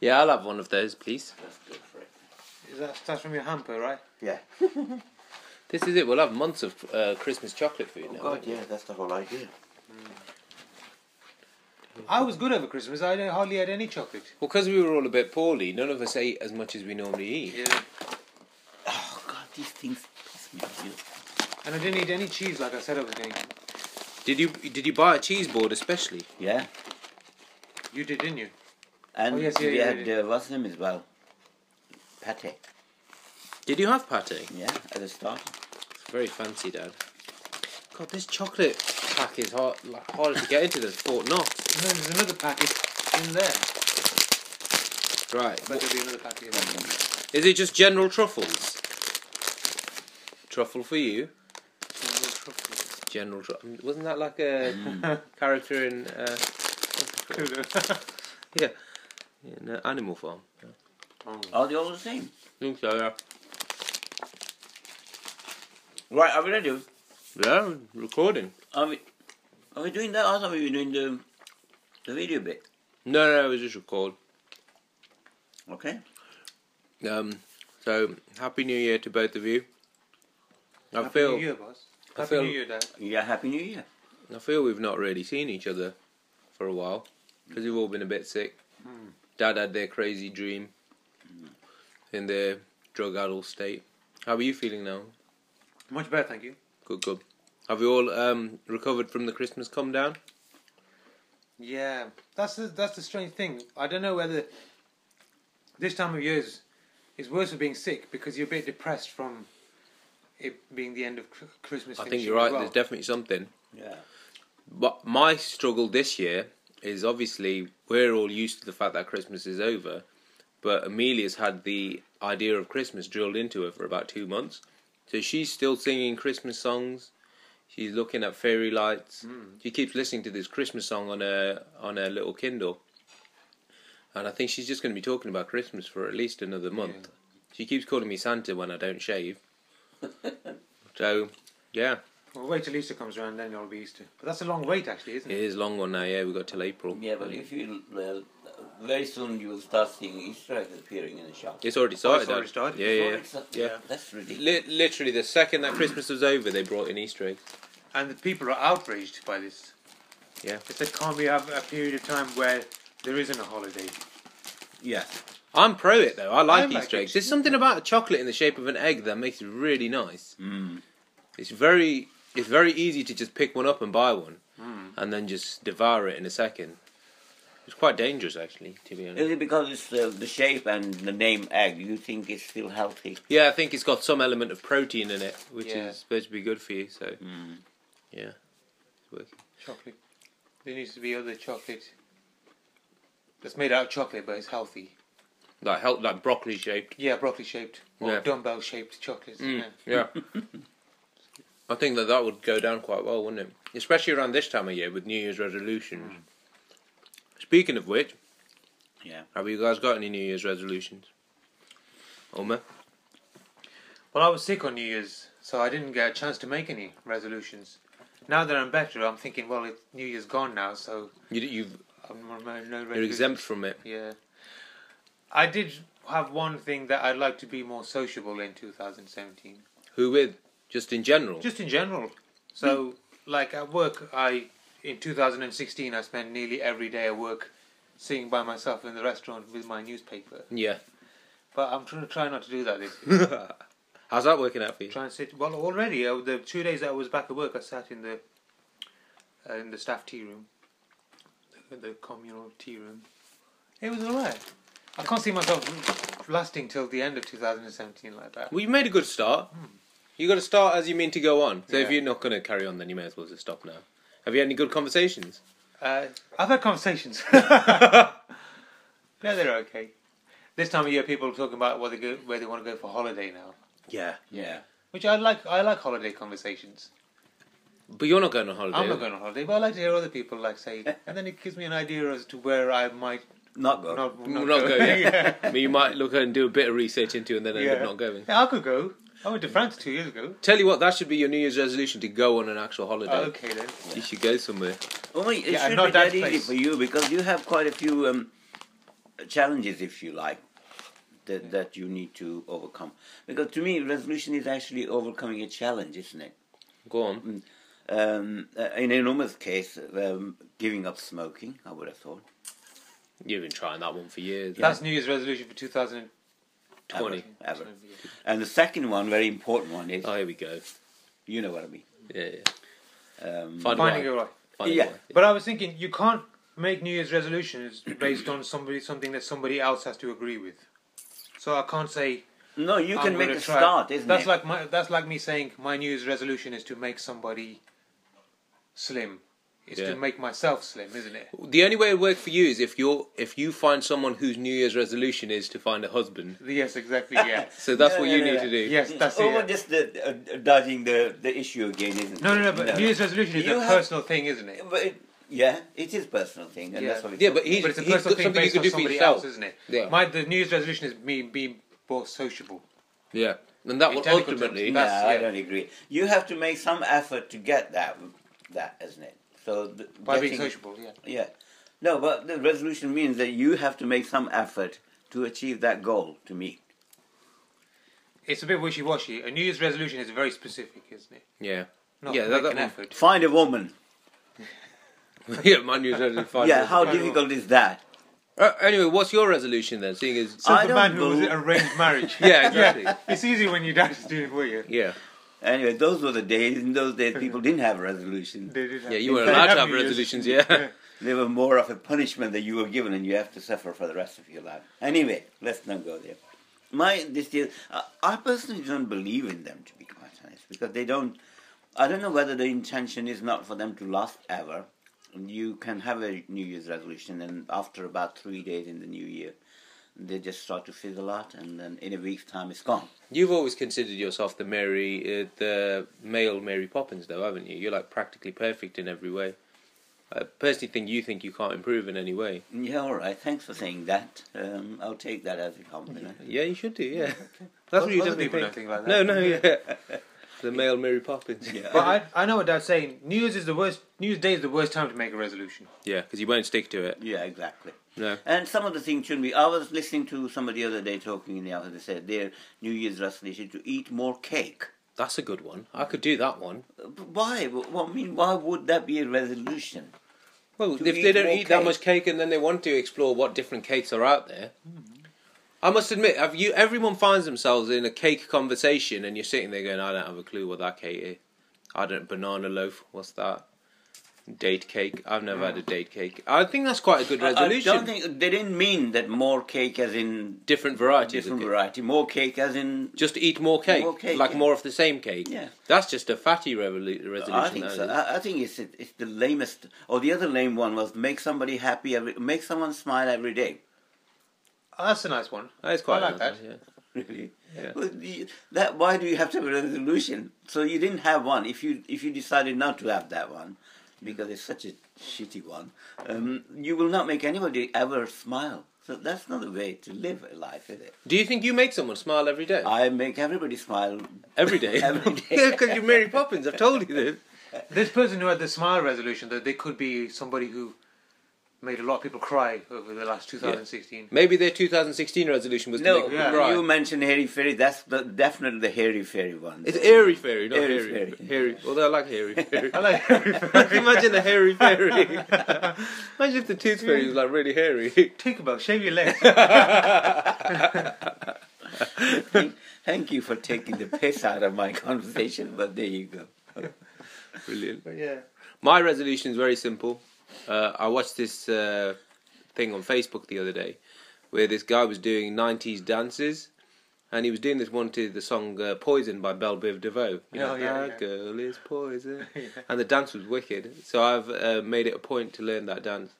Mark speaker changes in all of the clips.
Speaker 1: Yeah, I'll have one of those, please.
Speaker 2: That's good for it.
Speaker 3: Is that that's from your hamper, right?
Speaker 2: Yeah.
Speaker 1: This is it. We'll have months of uh, Christmas chocolate food
Speaker 2: Oh
Speaker 1: now.
Speaker 2: God,
Speaker 1: won't we?
Speaker 2: yeah, that's the whole idea.
Speaker 3: I was good over Christmas. I don't- hardly had any chocolate.
Speaker 1: Well, because we were all a bit poorly, none of us ate as much as we normally eat.
Speaker 3: Yeah.
Speaker 2: Oh God, these things piss me off. You.
Speaker 3: And I didn't eat any cheese like I said I was going to.
Speaker 1: Did you did you buy a cheese board especially?
Speaker 2: Yeah.
Speaker 3: You did, didn't you?
Speaker 2: And
Speaker 3: Oh, yes, yeah,
Speaker 2: we
Speaker 3: yeah,
Speaker 2: had
Speaker 3: yeah.
Speaker 2: Uh, what's his name as well? Pate.
Speaker 1: Did you have pate?
Speaker 2: Yeah, at the start.
Speaker 1: It's very fancy, Dad. God, this chocolate pack is hard, like, harder to get into than Fort Knox.
Speaker 3: No, there's another packet in there.
Speaker 1: Right.
Speaker 3: But there'll be another packet in there.
Speaker 1: Is it just general truffles? Truffle for you. General truffle. Wasn't that like a Mm. character in uh, yeah, in uh, Animal Farm?
Speaker 2: Are they all the same?
Speaker 1: think so. Yeah.
Speaker 2: Right, are we ready?
Speaker 1: Yeah. Recording.
Speaker 2: Are we? Are we doing that? Or are we doing the the video bit?
Speaker 1: No, no, it was just record.
Speaker 2: Okay.
Speaker 1: Um, so happy New Year to both of you. I
Speaker 3: Happy
Speaker 1: feel
Speaker 3: New Year, boss.
Speaker 1: I
Speaker 3: Happy
Speaker 1: feel-
Speaker 3: New Year, Dad.
Speaker 2: Yeah, happy New Year.
Speaker 1: I feel we've not really seen each other for a while because we've all been a bit sick.
Speaker 3: Hmm.
Speaker 1: Dad had their crazy dream in their drug-addled state. How are you feeling now?
Speaker 3: Much better, thank you.
Speaker 1: Good, good. Have you all um, recovered from the Christmas come down?
Speaker 3: Yeah, that's the, that's the strange thing. I don't know whether this time of year is, is worse for being sick because you're a bit depressed from it being the end of Chr- Christmas.
Speaker 1: I think
Speaker 3: finishing
Speaker 1: you're right.
Speaker 3: as well.
Speaker 1: There's definitely something.
Speaker 2: Yeah.
Speaker 1: But my struggle this year is obviously we're all used to the fact that Christmas is over, but Amelia's had the idea of Christmas drilled into her for about two months. So she's still singing Christmas songs. She's looking at fairy lights.
Speaker 2: Hmm.
Speaker 1: She keeps listening to this Christmas song on her on her little Kindle. And I think she's just going to be talking about Christmas for at least another month. She keeps calling me Santa when I don't shave. so, yeah,
Speaker 3: Well, wait till Easter comes around, then it'll be Easter. But that's a long wait, actually, isn't
Speaker 1: it
Speaker 3: it?
Speaker 1: is a long one now. Yeah, we got till April.
Speaker 2: Yeah, but if you well, very soon you will start seeing Easter eggs appearing in the shop.
Speaker 1: It's already started.
Speaker 3: Oh, it's already
Speaker 1: Dad.
Speaker 3: started.
Speaker 1: Yeah, yeah.
Speaker 2: It's not-
Speaker 1: yeah.
Speaker 2: That's ridiculous.
Speaker 1: Li- literally, the second that Christmas was over, they brought in Easter eggs.
Speaker 3: And the people are outraged by this.
Speaker 1: Yeah.
Speaker 3: They said, can't we have a period of time where there isn't a holiday?
Speaker 2: Yeah.
Speaker 1: I'm pro it though. I like
Speaker 3: I like
Speaker 1: Easter
Speaker 3: it.
Speaker 1: eggs. There's something about the chocolate in the shape of an egg that makes it really nice.
Speaker 2: Mm.
Speaker 1: It's very, it's very easy to just pick one up and buy one,
Speaker 3: Mm.
Speaker 1: and then just devour it in a second. It's quite dangerous, actually, to be honest.
Speaker 2: Is it because it's uh, the shape and the name egg? You think it's still healthy?
Speaker 1: yeah, I think it's got some element of protein in it, which
Speaker 3: Yeah.
Speaker 1: is supposed to be good for you. So,
Speaker 2: Mm.
Speaker 1: yeah, it's working.
Speaker 3: Chocolate. There needs to be other chocolate that's made out of chocolate, but it's healthy.
Speaker 1: Like help, like broccoli shaped.
Speaker 3: Yeah, broccoli shaped or
Speaker 1: Yeah.
Speaker 3: dumbbell shaped chocolates.
Speaker 1: Mm,
Speaker 3: yeah.
Speaker 1: yeah. I think that that would go down quite well, wouldn't it? Especially around this time of year with New Year's resolutions. Speaking of which,
Speaker 2: Yeah.
Speaker 1: have you guys got any New Year's resolutions? Omer?
Speaker 3: Well, I was sick on New Year's, so I didn't get a chance to make any resolutions. Now that I'm better, I'm thinking, well, it, New Year's gone now, so
Speaker 1: You, you've,
Speaker 3: I'm no no resolutions.
Speaker 1: you're exempt from it.
Speaker 3: Yeah. I did have one thing that I'd like to be more sociable in 2017,
Speaker 1: Who with? Just in general?
Speaker 3: just in general. So, like at work, I in 2016 I spent nearly every day at work sitting by myself in the restaurant with my newspaper.
Speaker 1: yeah.
Speaker 3: But I'm trying to try not to do that this year.
Speaker 1: How's that working out for you?
Speaker 3: try and sit. Well, already uh, the two days that I was back at work, I sat in the uh, in the staff tea room, the, the communal tea room. It was alright. I can't see myself lasting till the end of 2017 like that.
Speaker 1: Well, you made a good start. you got to start as you mean to go on. So if
Speaker 3: Yeah.
Speaker 1: you're not going to carry on, then you may as well just stop now. Have you had any good conversations?
Speaker 3: Uh, I've had conversations. yeah, they're okay. This time of year, people are talking about where they go, where they want to go for holiday now,
Speaker 1: Yeah.
Speaker 2: Yeah.
Speaker 3: which I like. I like holiday conversations.
Speaker 1: But you're not going on holiday.
Speaker 3: I'm not going on holiday, but I like to hear other people like say, and then it gives me an idea as to where I might
Speaker 2: Not good.
Speaker 3: not
Speaker 1: Not go,
Speaker 3: yeah.
Speaker 1: yeah. I mean, you might look and do a bit of research into it and then end up
Speaker 3: Yeah.
Speaker 1: not going.
Speaker 3: Yeah, I could go. I went to France two years ago.
Speaker 1: Tell you what, that should be your New Year's resolution to go on an actual holiday.
Speaker 3: Oh, okay then.
Speaker 1: You should go somewhere.
Speaker 2: Oh, it
Speaker 3: Yeah,
Speaker 2: should
Speaker 3: not
Speaker 2: be
Speaker 3: that
Speaker 2: that easy
Speaker 3: place.
Speaker 2: for you because you have quite a few um, challenges, if you like, that, that you need to overcome. Because to me, resolution is actually overcoming a challenge, isn't it?
Speaker 1: Go on.
Speaker 2: Um, uh, in enormous case, um, giving up smoking, I would have thought.
Speaker 1: You've been trying that one for years.
Speaker 3: That's New Year's resolution for 2000.
Speaker 2: Ever,
Speaker 1: 20.
Speaker 2: Ever. And the second one, very important one, is
Speaker 1: Oh, here we go.
Speaker 2: you know what I mean.
Speaker 1: Yeah, yeah.
Speaker 2: Um,
Speaker 1: Find
Speaker 3: Finding
Speaker 1: a
Speaker 3: a
Speaker 1: wife.
Speaker 3: wife.
Speaker 1: Find a
Speaker 2: Yeah.
Speaker 1: wife.
Speaker 3: But I was thinking, you can't make New Year's resolutions based on somebody something that somebody else has to agree with. So I can't say
Speaker 2: no, you
Speaker 3: I'm
Speaker 2: can make
Speaker 3: gonna
Speaker 2: a
Speaker 3: try-
Speaker 2: start, isn't
Speaker 3: that's
Speaker 2: it?
Speaker 3: like my that's like me saying my New Year's resolution is to make somebody slim. It's
Speaker 1: Yeah.
Speaker 3: to make myself slim, isn't it?
Speaker 1: The only way it work for you is if you're if you find someone whose New Year's resolution is to find a husband.
Speaker 3: Yes, exactly. Yeah.
Speaker 1: So that's
Speaker 2: No,
Speaker 1: what
Speaker 2: no,
Speaker 1: you
Speaker 2: no,
Speaker 1: need
Speaker 2: no.
Speaker 1: to do.
Speaker 3: yes, that's
Speaker 2: oh,
Speaker 3: it. yeah.
Speaker 2: just the, uh, dodging the, the issue again, isn't
Speaker 3: No,
Speaker 2: it?
Speaker 3: no, no. But New Year's resolution is
Speaker 2: You
Speaker 3: a
Speaker 2: have-
Speaker 3: personal thing, isn't it?
Speaker 2: But it, yeah, it is personal thing, and
Speaker 3: Yeah.
Speaker 2: that's what it's
Speaker 1: Yeah, but he's,
Speaker 3: But it's a
Speaker 1: he's got
Speaker 3: personal thing
Speaker 1: something you
Speaker 3: based
Speaker 1: can
Speaker 3: on
Speaker 1: do for
Speaker 3: somebody else,
Speaker 1: yourself.
Speaker 3: isn't it?
Speaker 1: Yeah.
Speaker 3: My the New Year's resolution is me being more sociable.
Speaker 1: Yeah, and that
Speaker 3: In
Speaker 1: will
Speaker 3: technical
Speaker 1: ultimately.
Speaker 3: terms,
Speaker 2: No,
Speaker 3: That's-
Speaker 2: I
Speaker 3: yeah.
Speaker 2: don't agree. You have to make some effort to get that, that isn't it? So the,
Speaker 3: By being
Speaker 2: getting-
Speaker 3: sociable, yeah.
Speaker 2: Yeah, no, but the resolution means that you have to make some effort to achieve that goal. To me,
Speaker 3: It's a bit wishy washy. A New Year's resolution is very specific, isn't it?
Speaker 1: Yeah,
Speaker 3: Not
Speaker 1: Yeah,
Speaker 3: yeah,
Speaker 1: that-
Speaker 3: make
Speaker 1: that
Speaker 3: an
Speaker 1: one-
Speaker 3: effort.
Speaker 2: find a woman.
Speaker 1: yeah, my New Year's resolution.
Speaker 2: yeah, how
Speaker 3: find a
Speaker 2: difficult is that?
Speaker 1: Uh, anyway, what's your resolution then? Seeing as
Speaker 3: So
Speaker 2: I
Speaker 3: the
Speaker 2: don't
Speaker 3: man who was
Speaker 2: believe-
Speaker 3: arranged marriage.
Speaker 1: Yeah, exactly.
Speaker 3: It's easy when your dad is doing it for you.
Speaker 1: yeah,
Speaker 2: Anyway, those were the days. In those days, people didn't have resolutions.
Speaker 3: They did have-
Speaker 1: yeah, you were
Speaker 3: they
Speaker 1: allowed
Speaker 3: did
Speaker 1: to have
Speaker 3: New Year's-
Speaker 1: resolutions. Yeah,
Speaker 2: They were more of a punishment that you were given, and you have to suffer for the rest of your life. Anyway, let's not go there. My this is, I I personally don't believe in them, to be quite honest, because they don't. I don't know whether the intention is not for them to last ever. You can have a New Year's resolution, and after about three days in the new year, they just start to fizzle out, and then in a week's time, it's gone.
Speaker 1: you've always considered yourself the Mary, uh, the male Mary Poppins, though, haven't you? You're like practically perfect in every way. I personally think you think you can't improve in any way.
Speaker 2: Yeah, all right. Thanks for saying that. Um, I'll take that as a compliment.
Speaker 1: Yeah, you should do. Yeah, that's what you
Speaker 3: Other
Speaker 1: definitely
Speaker 3: people
Speaker 1: think.
Speaker 3: don't think like that.
Speaker 1: No, no, yeah. The male Mary Poppins.
Speaker 2: Yeah.
Speaker 3: But I, I know what Dad's saying. New Year's is the worst. New Year's Day is the worst time to make a resolution.
Speaker 1: yeah, because you won't stick to it.
Speaker 2: Yeah, exactly.
Speaker 1: No.
Speaker 2: And some of the things shouldn't be. I was listening to somebody the other day talking in the office. They said their New Year's resolution to eat more cake.
Speaker 1: That's a good one. I could do that one.
Speaker 2: Uh, but Why? Well, I mean, why would that be a resolution?
Speaker 1: Well,
Speaker 2: To
Speaker 1: if
Speaker 2: eat
Speaker 1: they don't
Speaker 2: more
Speaker 1: eat that
Speaker 2: cake.
Speaker 1: much cake and then they want to explore what different cakes are out there. I must admit, have you? Everyone finds themselves in a cake conversation, and you're sitting there going, "I don't have a clue what that cake is. I don't banana loaf. What's that? Date cake. I've never had a date cake. I think that's quite a good
Speaker 2: Mm. I-
Speaker 1: resolution.
Speaker 2: I don't think they didn't mean that more cake as in
Speaker 1: different varieties.
Speaker 2: different
Speaker 1: of cake.
Speaker 2: variety. More cake as in.
Speaker 1: Just eat more cake,
Speaker 2: More cake,
Speaker 1: like
Speaker 2: yeah.
Speaker 1: more of the same cake.
Speaker 2: Yeah.
Speaker 1: that's just a fatty revolu- resolution.
Speaker 2: I think
Speaker 1: that
Speaker 2: so.
Speaker 1: is.
Speaker 2: I, I think it's it's the lamest. Or the other lame one was make somebody happy every, make someone smile every day.
Speaker 3: Oh, that's a nice one.
Speaker 1: That is quite
Speaker 3: I like
Speaker 1: nice,
Speaker 3: that.
Speaker 1: yeah.
Speaker 2: Really?
Speaker 1: Yeah.
Speaker 2: Well, you- that why do you have to have a resolution? So you didn't have one. If you if you decided not to have that one, because it's such a shitty one, um, you will not make anybody ever smile. So that's not the way to live a life, is it?
Speaker 1: Do you think you make someone smile every day?
Speaker 2: I make everybody smile.
Speaker 1: every day.
Speaker 2: Every day.
Speaker 1: Because you're Mary Poppins. I've told you this.
Speaker 3: This person who had the smile resolution, though, they could be somebody who made a lot of people cry over the last 2016.
Speaker 1: Maybe their 2016 resolution was to
Speaker 2: No,
Speaker 1: make
Speaker 3: yeah.
Speaker 1: people cry.
Speaker 2: you mentioned hairy fairy. That's the, definitely the hairy fairy one.
Speaker 1: It's airy fairy, not
Speaker 2: Airy
Speaker 1: hairy. Hairy.
Speaker 2: fairy.
Speaker 1: Although I like hairy fairy.
Speaker 3: I like
Speaker 1: Imagine the hairy fairy. Imagine if the tooth fairy was like really hairy.
Speaker 3: Tinkerbell, shave your legs.
Speaker 2: Thank- Thank you for taking the piss out of my conversation, but there you go.
Speaker 1: Brilliant.
Speaker 3: But yeah.
Speaker 1: My resolution is very simple. Uh, I watched this uh, thing on Facebook the other day where this guy was doing 90s dances and he was doing this one to the song uh, Poison by Belle Biv DeVoe. You know,
Speaker 3: Oh, yeah,
Speaker 1: that
Speaker 3: yeah.
Speaker 1: girl is poison. And the dance was wicked. So I've uh, made it a point to learn that dance.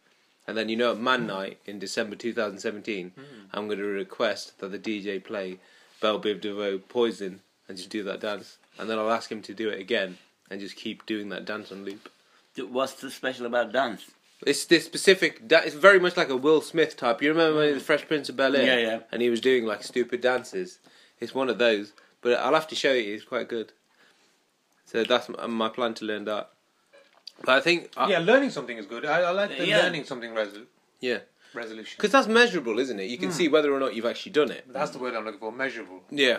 Speaker 1: And then, you know, at Man Night in December 2017,
Speaker 3: Hmm.
Speaker 1: I'm going to request that the DJ play Belle Biv DeVoe Poison and just do that dance. And then I'll ask him to do it again and just keep doing that dance on loop.
Speaker 2: What's so special about dance?
Speaker 1: It's this specific. da- It's very much like a Will Smith type. You remember when the Fresh Prince of Bel Air?
Speaker 2: Mm. Yeah, yeah.
Speaker 1: And he was doing like stupid dances. It's one of those, but I'll have to show you. It's quite good. So that's m- my plan to learn that. But I think, I,
Speaker 3: yeah,
Speaker 1: yeah,
Speaker 3: learning something is good. I, I like the
Speaker 2: Yeah.
Speaker 3: learning something resolution. resolution.
Speaker 1: Because that's measurable, isn't it? You
Speaker 2: Mm.
Speaker 1: can see whether or not you've actually done it.
Speaker 3: That's the word I'm looking for. Measurable.
Speaker 1: Yeah.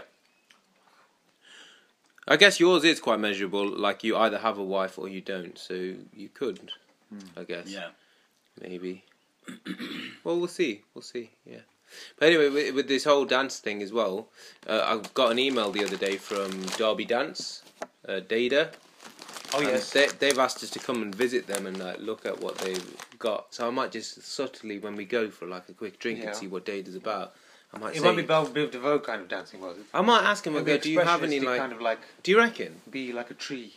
Speaker 1: I guess yours is quite measurable. Like you either have a wife or you don't, so you could.
Speaker 2: Mm.
Speaker 1: I guess. Maybe. well, we'll see. We'll see. Yeah. But anyway, with, with this whole dance thing as well, uh, I got an email the other day from Derby Dance, uh, Dada.
Speaker 3: Oh
Speaker 1: and
Speaker 3: yes.
Speaker 1: They, they've asked us to come and visit them and like look at what they've got. So I might just subtly, when we go for like a quick drink
Speaker 3: Yeah.
Speaker 1: and see what Dada's about, I might.
Speaker 3: It
Speaker 1: say,
Speaker 3: won't be Belle Biv DeVoe kind of dancing, was it?
Speaker 1: I might ask him. I
Speaker 3: It'll be
Speaker 1: go, do you have any
Speaker 3: expressionistic,
Speaker 1: like?
Speaker 3: kind of like
Speaker 1: Do you reckon?
Speaker 3: be like a tree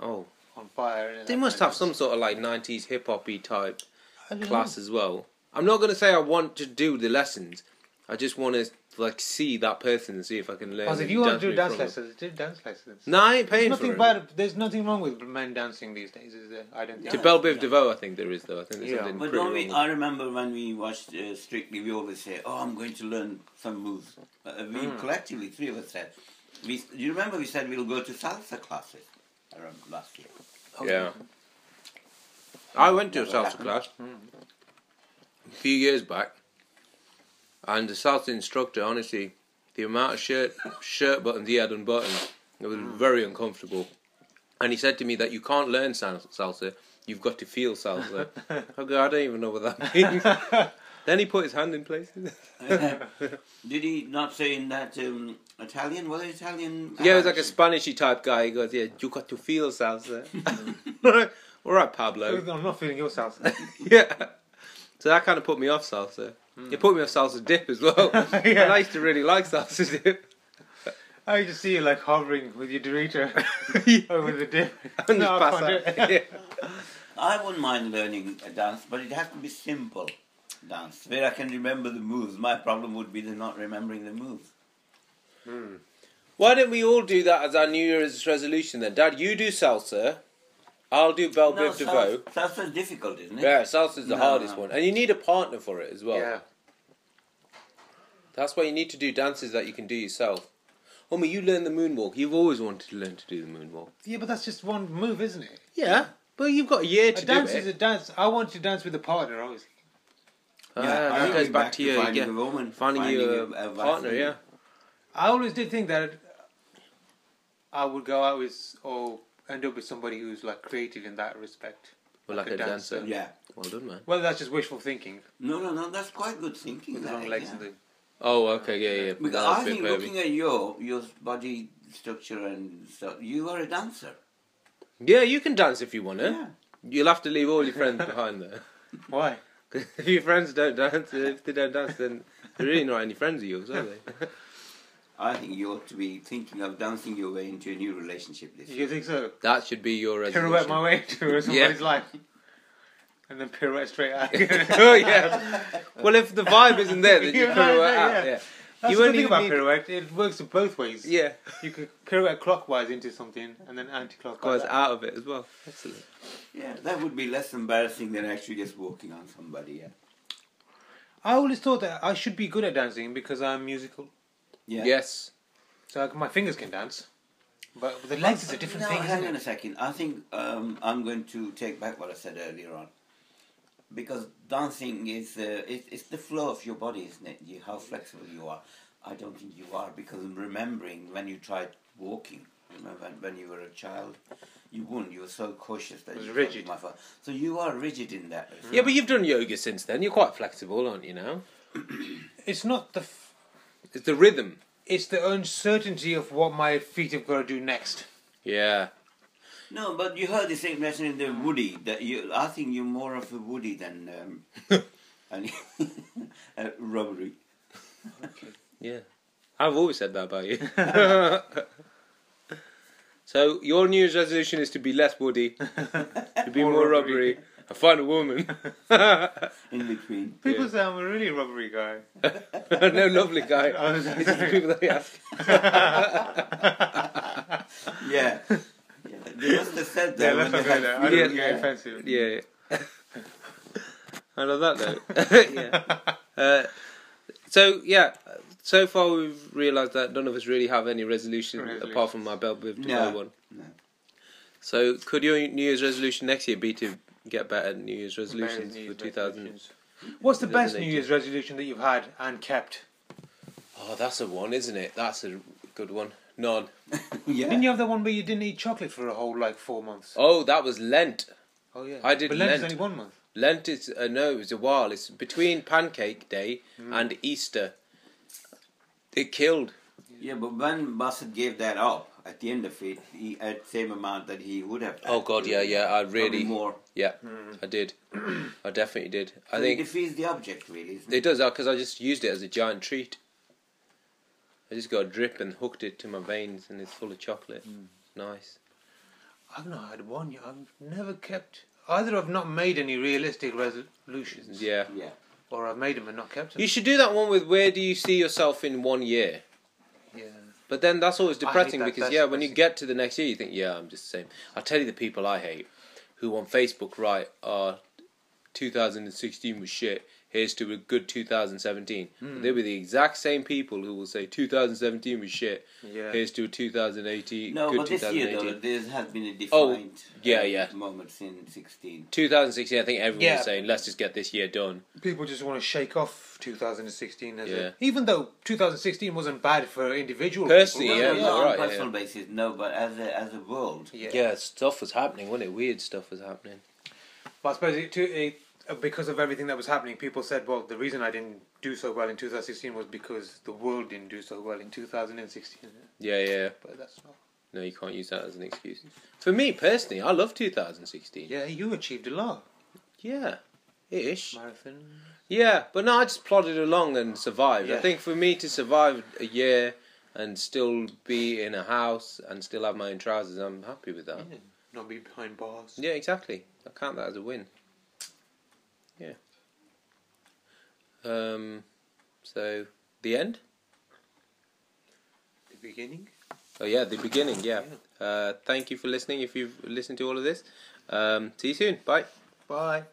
Speaker 1: Oh,
Speaker 3: on fire? and
Speaker 1: they
Speaker 3: that
Speaker 1: must
Speaker 3: kind
Speaker 1: have
Speaker 3: of-
Speaker 1: some sort of like '90s hip hoppy type
Speaker 3: I don't
Speaker 1: class as well. I'm not gonna say I want to do the lessons. I just want to like see that person and see if I can learn.
Speaker 3: Because if
Speaker 1: and
Speaker 3: you want to do
Speaker 1: move
Speaker 3: dance
Speaker 1: from them.
Speaker 3: lessons, do dance lessons.
Speaker 1: no, I ain't
Speaker 3: There's
Speaker 1: paying for
Speaker 3: nothing
Speaker 1: it.
Speaker 3: bad. There's nothing wrong with men dancing these days, is there? I don't think.
Speaker 1: To
Speaker 2: Yeah.
Speaker 1: Belle Biv DeVoe, I think there is though. I think there's
Speaker 3: Yeah.
Speaker 1: something
Speaker 2: But
Speaker 1: pretty
Speaker 2: when we,
Speaker 1: wrong.
Speaker 2: I remember when we watched uh, Strictly, we always say, "Oh, I'm going to learn some moves." Uh, we
Speaker 1: Hmm.
Speaker 2: collectively, three of us said, "We." Do you remember we said we'll go to salsa classes? I remember last year.
Speaker 1: with- Yeah, I went to a
Speaker 2: Never
Speaker 1: salsa
Speaker 2: happened.
Speaker 1: class a few years back, and the salsa instructor, honestly, the amount of shirt shirt buttons he had unbuttoned, it was very uncomfortable. And he said to me that you can't learn sal- salsa, you've got to feel salsa. I go, I don't even know what that means. then he put his hand in places.
Speaker 2: Did he not say in that um, Italian? Was it Italian?
Speaker 1: Yeah, it was like a Spanishy type guy. He goes, Yeah, you got to feel salsa. All right, Pablo.
Speaker 3: I'm not feeling your salsa.
Speaker 1: Yeah. So that kind of put me off salsa. It put me off salsa dip as well. And I used to really like salsa dip.
Speaker 3: I just see you like hovering with your Dorito over the dip.
Speaker 1: And
Speaker 3: No,
Speaker 1: just
Speaker 3: I
Speaker 1: pass
Speaker 3: can't
Speaker 1: out.
Speaker 3: do it.
Speaker 1: Yeah.
Speaker 2: I wouldn't mind learning a dance, but it has to be simple dance where I can remember the moves. My problem would be the not remembering the moves.
Speaker 1: Why don't we all do that as our New Year's resolution then? Dad, you do salsa. I'll do Belle
Speaker 2: No,
Speaker 1: Biv DeVoe.
Speaker 2: salsa- salsa's difficult, isn't it?
Speaker 1: Yeah, salsa's the
Speaker 2: No,
Speaker 1: hardest
Speaker 2: no.
Speaker 1: one. And you need a partner for it as well.
Speaker 3: Yeah.
Speaker 1: That's why you need to do dances that you can do yourself. Homie, you learn the moonwalk. You've always wanted to learn to do the moonwalk.
Speaker 3: Yeah, but that's just one move, isn't it?
Speaker 1: Yeah, but you've got a eh? year
Speaker 3: A
Speaker 1: to do
Speaker 3: dance
Speaker 1: it.
Speaker 3: is a dance. I want to dance with a partner, obviously.
Speaker 1: Ah,
Speaker 2: I
Speaker 1: that
Speaker 2: think
Speaker 1: goes
Speaker 2: we're
Speaker 1: back to your
Speaker 2: finding
Speaker 1: yeah,
Speaker 2: a woman, uh,
Speaker 1: finding, you a,
Speaker 2: wife
Speaker 1: partner.
Speaker 2: and-
Speaker 1: Yeah,
Speaker 3: I always did think that I would go out with or end up with somebody who's like creative in that respect.
Speaker 1: well, like a dancer.
Speaker 2: Yeah.
Speaker 1: Well done, man.
Speaker 3: Well, that's just wishful thinking.
Speaker 2: No, no, no. That's quite good thinking.
Speaker 3: The
Speaker 2: that,
Speaker 3: long legs
Speaker 2: yeah.
Speaker 3: and the
Speaker 1: Oh, okay, yeah, yeah.
Speaker 2: Because
Speaker 1: That was
Speaker 2: I
Speaker 1: a bit
Speaker 2: think
Speaker 1: pervy.
Speaker 2: looking at your your body structure and stuff, you are a dancer.
Speaker 1: Yeah, you can dance if you want eh? to.
Speaker 2: Yeah.
Speaker 1: You'll have to leave all your friends behind though.
Speaker 3: why?
Speaker 1: 'Cause if your friends don't dance, eh, if they don't dance, then they're really not any friends of yours, are they?
Speaker 2: I think you ought to be thinking of dancing your way into a new relationship this
Speaker 3: You
Speaker 2: year.
Speaker 3: think so?
Speaker 1: that should be your resolution.
Speaker 3: Pirouette my way to somebody's
Speaker 1: Yeah.
Speaker 3: life, and then pirouette straight out.
Speaker 1: oh yeah. Well, if the vibe isn't there, then you
Speaker 3: Yeah,
Speaker 1: pirouette
Speaker 3: yeah,
Speaker 1: out.
Speaker 3: yeah.
Speaker 1: Yeah.
Speaker 3: That's
Speaker 1: You
Speaker 3: the
Speaker 1: won't
Speaker 3: good thing
Speaker 1: even
Speaker 3: about
Speaker 1: need-
Speaker 3: pirouette. It works both ways.
Speaker 1: Yeah.
Speaker 3: You could pirouette clockwise into something and then
Speaker 1: Guys,
Speaker 3: anti-clockwise.
Speaker 1: out of it as well. Excellent.
Speaker 2: Yeah, that would be less embarrassing than actually just walking on somebody. Yeah.
Speaker 3: I always thought that I should be good at dancing because I'm musical,
Speaker 2: Yeah.
Speaker 1: Yes.
Speaker 3: so like, my fingers can dance, but the legs is a different
Speaker 2: now,
Speaker 3: thing.
Speaker 2: hang
Speaker 3: isn't
Speaker 2: on
Speaker 3: it?
Speaker 2: a second. I think um, I'm going to take back what I said earlier on. Because dancing is uh, it, it's the flow of your body, isn't it? You, how flexible you are. I don't think you are because I'm remembering when you tried walking. Remember when, when you were a child, you wouldn't. You were so cautious that
Speaker 3: It was
Speaker 2: you
Speaker 3: rigid.
Speaker 2: My fa- so you are rigid in that.
Speaker 1: Yeah, but you've done yoga since then. You're quite flexible, aren't you? Now
Speaker 3: It's not the. F-
Speaker 1: it's the rhythm.
Speaker 3: it's the uncertainty of what my feet have got to do next.
Speaker 1: Yeah.
Speaker 2: No, but you heard the same lesson in the Woody. That you, I think you're more of a Woody than um, uh, a rubbery.
Speaker 1: Yeah. I've always said that about you. so your New Year's resolution is to be less woody, to be more,
Speaker 3: More
Speaker 1: rubbery,
Speaker 3: rubbery.
Speaker 1: and find a woman.
Speaker 2: in between.
Speaker 3: People
Speaker 1: Yeah.
Speaker 3: say I'm a really rubbery guy. Oh,
Speaker 1: no lovely guy.
Speaker 3: I was
Speaker 1: This is the people that we ask.
Speaker 2: Yeah. yeah. They must have said
Speaker 3: yeah, let's
Speaker 2: that.
Speaker 3: not go
Speaker 2: when they had
Speaker 3: there. I don't
Speaker 2: food.
Speaker 1: Yeah.
Speaker 3: want to get offensive.
Speaker 1: Yeah. I love that though. yeah. Uh, so yeah, so far we've realised that none of us really have any resolution apart from my Bell Biv DeVoe
Speaker 2: No.
Speaker 1: one.
Speaker 2: No.
Speaker 1: So could your New Year's resolution next year be to get better New Year's resolutions
Speaker 3: Very
Speaker 1: for
Speaker 3: neat
Speaker 1: two thousand
Speaker 3: resolutions. What's the
Speaker 1: It doesn't
Speaker 3: best New
Speaker 1: need to.
Speaker 3: Year's resolution that you've had and kept?
Speaker 1: Oh, that's a one, isn't it? That's a good one. None.
Speaker 2: yeah.
Speaker 3: Didn't you have the one where you didn't eat chocolate for a whole like four months?
Speaker 1: Oh, that was Lent.
Speaker 3: Oh yeah,
Speaker 1: I did
Speaker 3: But Lent, is
Speaker 1: Lent.
Speaker 3: only one month.
Speaker 1: Lent is uh, no, it was a while. It's between Pancake Day and Easter. It killed.
Speaker 2: Yeah, but when Bassett gave that up at the end of it, he had the same amount that he would have.
Speaker 1: Oh God, yeah, yeah. I
Speaker 2: Probably
Speaker 1: really,
Speaker 2: more. Hmm.
Speaker 1: yeah, I did. I definitely did. I
Speaker 2: So it
Speaker 1: think
Speaker 2: defeats the object, really. Isn't
Speaker 1: it does that because I just used it as a giant treat. I just got a drip and hooked it to my veins, and it's full of chocolate.
Speaker 2: Hmm.
Speaker 1: Nice.
Speaker 3: I've not had one. yeah, I've never kept. Either I've not made any realistic resolutions,
Speaker 1: Yeah.
Speaker 2: Yeah.
Speaker 3: or I've made them and not kept them.
Speaker 1: You should do that one with where do you see yourself in one year?
Speaker 3: yeah.
Speaker 1: But then that's always
Speaker 3: hate
Speaker 1: depressing
Speaker 3: that.
Speaker 1: because
Speaker 3: That's
Speaker 1: yeah, when you
Speaker 3: depressing.
Speaker 1: get to the next year, you think yeah, I'm just the same. I tell you, the people I hate, who on Facebook write, "Ah, 2016 was shit. Here's to a good 2017."
Speaker 3: Hmm.
Speaker 1: But They were the exact same people who will say 2017 was shit.
Speaker 3: Yeah.
Speaker 1: Here's to a 2018.
Speaker 2: No,
Speaker 1: good
Speaker 2: but this year
Speaker 1: 2018.
Speaker 2: though, there has been a defined
Speaker 1: Oh, yeah,
Speaker 2: uh,
Speaker 1: yeah.
Speaker 2: moments in sixteen.
Speaker 1: 2016, I think everyone
Speaker 3: Yeah.
Speaker 1: was saying, let's just get this year done.
Speaker 3: People just want to shake off 2016 as
Speaker 1: Yeah.
Speaker 3: a, even though 2016 wasn't bad for individual
Speaker 1: Personally,
Speaker 3: people.
Speaker 1: yeah,
Speaker 2: no,
Speaker 1: you're
Speaker 2: on
Speaker 1: right,
Speaker 2: a personal basis, no, but as a as a world,
Speaker 3: yeah.
Speaker 1: stuff was happening, wasn't it? Weird stuff was happening.
Speaker 3: But I suppose it, too, it, uh, because of everything that was happening, people said, well, the reason I didn't do so well in 2016 was because the world didn't do so well in 2016.
Speaker 1: Yeah, yeah.
Speaker 3: But that's not.
Speaker 1: No, you can't use that as an excuse. For me personally, I love 2016.
Speaker 3: Yeah, you achieved a lot.
Speaker 1: Yeah, ish.
Speaker 3: Marathon.
Speaker 1: Yeah, but no, I just plodded along and survived. I
Speaker 3: Yeah.
Speaker 1: think for me to survive a year and still be in a house and still have my own trousers, I'm happy with that.
Speaker 3: Yeah. Not be behind bars.
Speaker 1: Yeah, exactly. I count that as a win. Yeah. Um. So the end.
Speaker 3: The beginning.
Speaker 1: Oh yeah, the beginning. Yeah. Uh, thank you for listening. If you've listened to all of this, um, see you soon. Bye.
Speaker 3: Bye.